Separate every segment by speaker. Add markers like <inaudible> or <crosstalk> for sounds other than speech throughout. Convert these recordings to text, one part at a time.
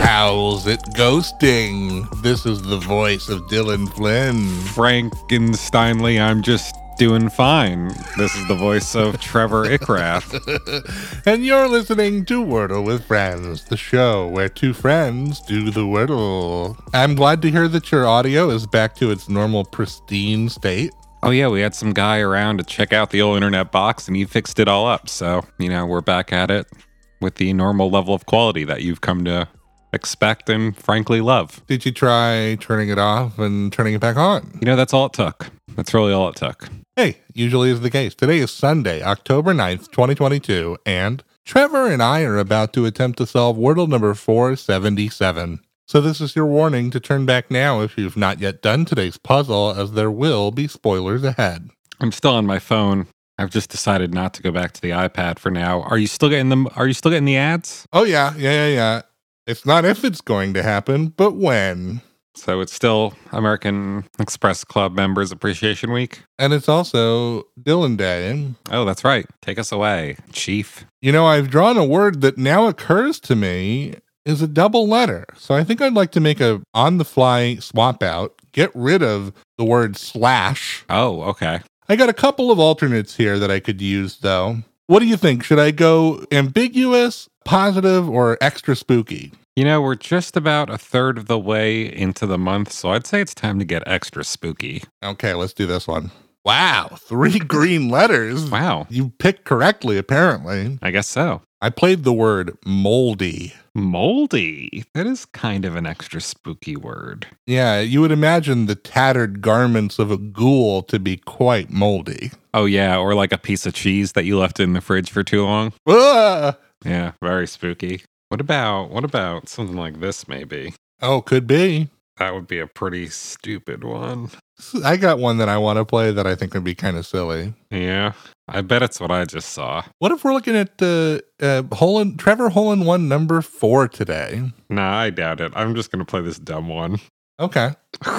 Speaker 1: How's it ghosting? This is the voice of Dylan Flynn.
Speaker 2: Frankensteinly, I'm just doing fine. This is the voice of Trevor Ickrath.
Speaker 1: and you're listening to Wordle with Friends, the show where two friends do the Wordle. I'm glad to hear that your audio is back to its normal pristine state.
Speaker 2: Oh yeah, we had some guy around to check out the old internet box and he fixed it all up. So, you know, we're back at it with the normal level of quality that you've come to expect and frankly love.
Speaker 1: Did you try turning it off and turning it back on?
Speaker 2: You know, that's all it took. That's really all it took.
Speaker 1: Hey, usually is the case. Today is Sunday, October 9th, 2022, and Trevor and I are about to attempt to solve Wordle number 477. So, this is your warning to turn back now if you've not yet done today's puzzle, as there will be spoilers ahead.
Speaker 2: I'm still on my phone. I've just decided not to go back to the iPad for now. Are you still getting them are you still getting the ads?
Speaker 1: Oh yeah, yeah, yeah, yeah. It's not if it's going to happen, but when.
Speaker 2: So it's still American Express Club Members Appreciation Week.
Speaker 1: And it's also Dylan Day.
Speaker 2: Oh, that's right. Take us away, Chief.
Speaker 1: You know, I've drawn a word that now occurs to me is a double letter. So I think I'd like to make a on the fly swap out. Get rid of the word slash.
Speaker 2: Oh, okay.
Speaker 1: I got a couple of alternates here that I could use though. What do you think? Should I go ambiguous, positive, or extra spooky?
Speaker 2: You know, we're just about a third of the way into the month, so I'd say it's time to get extra spooky.
Speaker 1: Okay, let's do this one. Wow, three <laughs> green letters.
Speaker 2: Wow.
Speaker 1: You picked correctly, apparently.
Speaker 2: I guess so.
Speaker 1: I played the word moldy.
Speaker 2: Moldy. That is kind of an extra spooky word.
Speaker 1: Yeah, you would imagine the tattered garments of a ghoul to be quite moldy.
Speaker 2: Oh, yeah. Or like a piece of cheese that you left in the fridge for too long.
Speaker 1: Ah!
Speaker 2: Yeah, very spooky. What about, what about something like this, maybe?
Speaker 1: Oh, could be.
Speaker 2: That would be a pretty stupid one.
Speaker 1: I got one that I want to play that I think would be kind of silly.
Speaker 2: Yeah. I bet it's what I just saw.
Speaker 1: What if we're looking at the uh, hole in, Trevor hole in one number four today?
Speaker 2: Nah, I doubt it. I'm just going to play this dumb one.
Speaker 1: Okay,
Speaker 2: <sighs>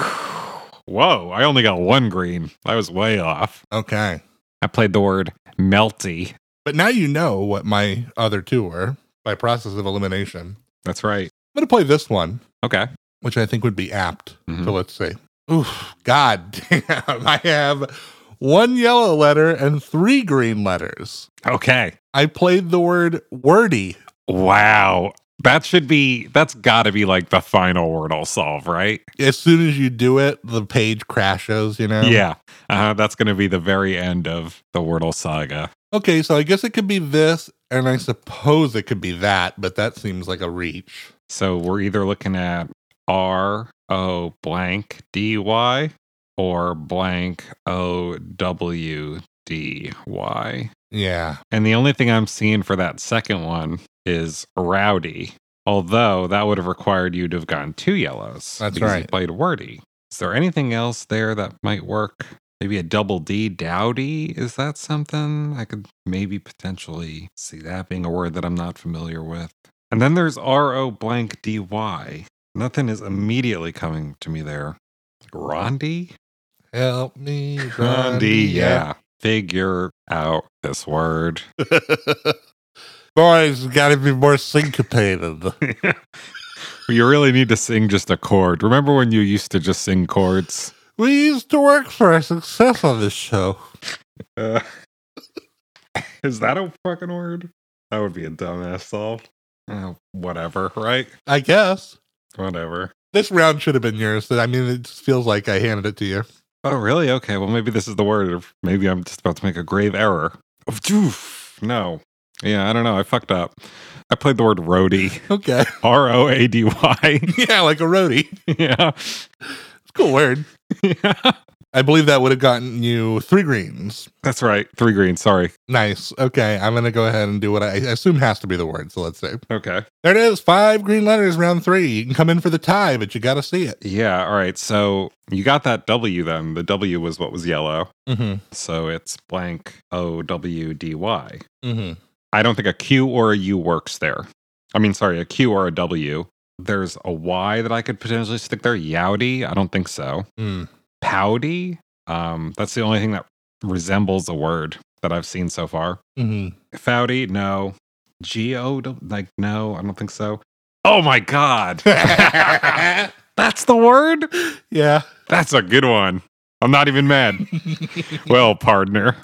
Speaker 2: Whoa, I only got one green. I was way off.
Speaker 1: okay.
Speaker 2: I played the word melty.
Speaker 1: But now you know what my other two were by process of elimination.
Speaker 2: That's right.
Speaker 1: I'm going to play this one,
Speaker 2: Okay.
Speaker 1: which I think would be apt.
Speaker 2: Mhm.
Speaker 1: So let's see. Oof, god <laughs> damn. I have one yellow letter and three green letters.
Speaker 2: Okay.
Speaker 1: I played the word wordy.
Speaker 2: Wow. That should be, that's got to be like the final word I'll solve, right?
Speaker 1: As soon as you do it, the page crashes, you know?
Speaker 2: yeah. Uh-huh. That's going to be the very end of the Wordle saga.
Speaker 1: Okay, so I guess it could be this, and I suppose it could be that, but that seems like a reach.
Speaker 2: So we're either looking at R O blank D Y or blank O W D Y.
Speaker 1: Yeah.
Speaker 2: And the only thing I'm seeing for that second one is rowdy. Although that would have required you to have gotten two yellows.
Speaker 1: That's
Speaker 2: because You
Speaker 1: right.
Speaker 2: played wordy. Is there anything else there that might work? Maybe a double D dowdy? Is that something I could maybe potentially see that being a word that I'm not familiar with? And then there's R O blank D Y. Nothing is immediately coming to me there. Rondi?
Speaker 1: Help me. Gandhi,
Speaker 2: Rondi, yeah. Figure out this word.
Speaker 1: <laughs> Boys, gotta be more
Speaker 2: <laughs>
Speaker 1: syncopated.
Speaker 2: you really need to sing just a chord. Remember when you used to just sing chords?
Speaker 1: We used to work for our success on this show.
Speaker 2: Uh, <laughs> is that a fucking word? That would be a dumbass solved. Uh, whatever, right?
Speaker 1: I guess.
Speaker 2: Whatever.
Speaker 1: This round should have been yours. I mean, it just feels like I handed it to you.
Speaker 2: Oh, really? Okay. Well, maybe this is the word. Or maybe I'm just about to make a grave error. Oof. No. Yeah, I don't know. I fucked up. I played the word roadie. <laughs>
Speaker 1: Okay. <laughs>
Speaker 2: R O A D Y. <laughs>
Speaker 1: yeah, like a roadie.
Speaker 2: yeah. <laughs>
Speaker 1: It's a cool word.
Speaker 2: yeah.
Speaker 1: I believe that would have gotten you three greens.
Speaker 2: That's right. Three greens. Sorry.
Speaker 1: Nice. Okay, I'm gonna go ahead and do what I assume has to be the word. So let's see.
Speaker 2: Okay.
Speaker 1: There it is. Five green letters, round three. You can come in for the tie, but you gotta see it.
Speaker 2: Yeah. All right. So you got that W then. The W was what was yellow.
Speaker 1: Mm-hmm.
Speaker 2: So it's blank O W D Y.
Speaker 1: Mm-hmm.
Speaker 2: I don't think a Q or a U works there. I mean, sorry, a Q or a W. There's a Y that I could potentially stick there. Yowdy? I don't think so.
Speaker 1: Mm.
Speaker 2: Powdy? Um, that's the only thing that resembles a word that I've seen so far.
Speaker 1: hmm
Speaker 2: Fouty? No. Geo? Don't- Like, no, I don't think so. Oh my God. <laughs> that's the word?
Speaker 1: Mm-hmm. <laughs> yeah.
Speaker 2: That's a good one. I'm not even mad. Well, partner,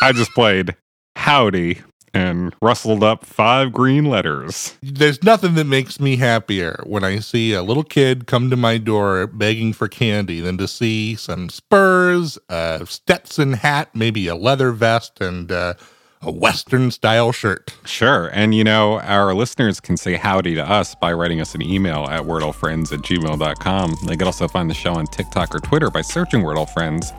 Speaker 2: I just played Howdy and rustled up five green letters.
Speaker 1: There's nothing that makes me happier when I see a little kid come to my door begging for candy than to see some spurs, a Stetson hat, maybe a leather vest, and uh, a Western style shirt.
Speaker 2: Sure. And you know, our listeners can say howdy to us by writing us an email at wordlefriends at gmail.com. They could also find the show on TikTok or Twitter by searching Wordle Friends.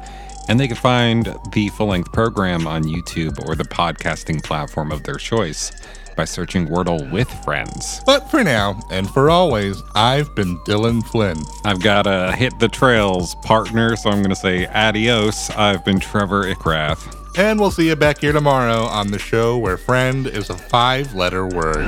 Speaker 2: And they can find the full length program on YouTube or the podcasting platform of their choice by searching Wordle with Friends.
Speaker 1: But for now, and for always, I've been Dylan Flynn.
Speaker 2: I've got to hit the trails, partner, so I'm going to say adios. I've been Trevor Ickrath.
Speaker 1: And we'll see you back here tomorrow on the show where friend is a five letter word.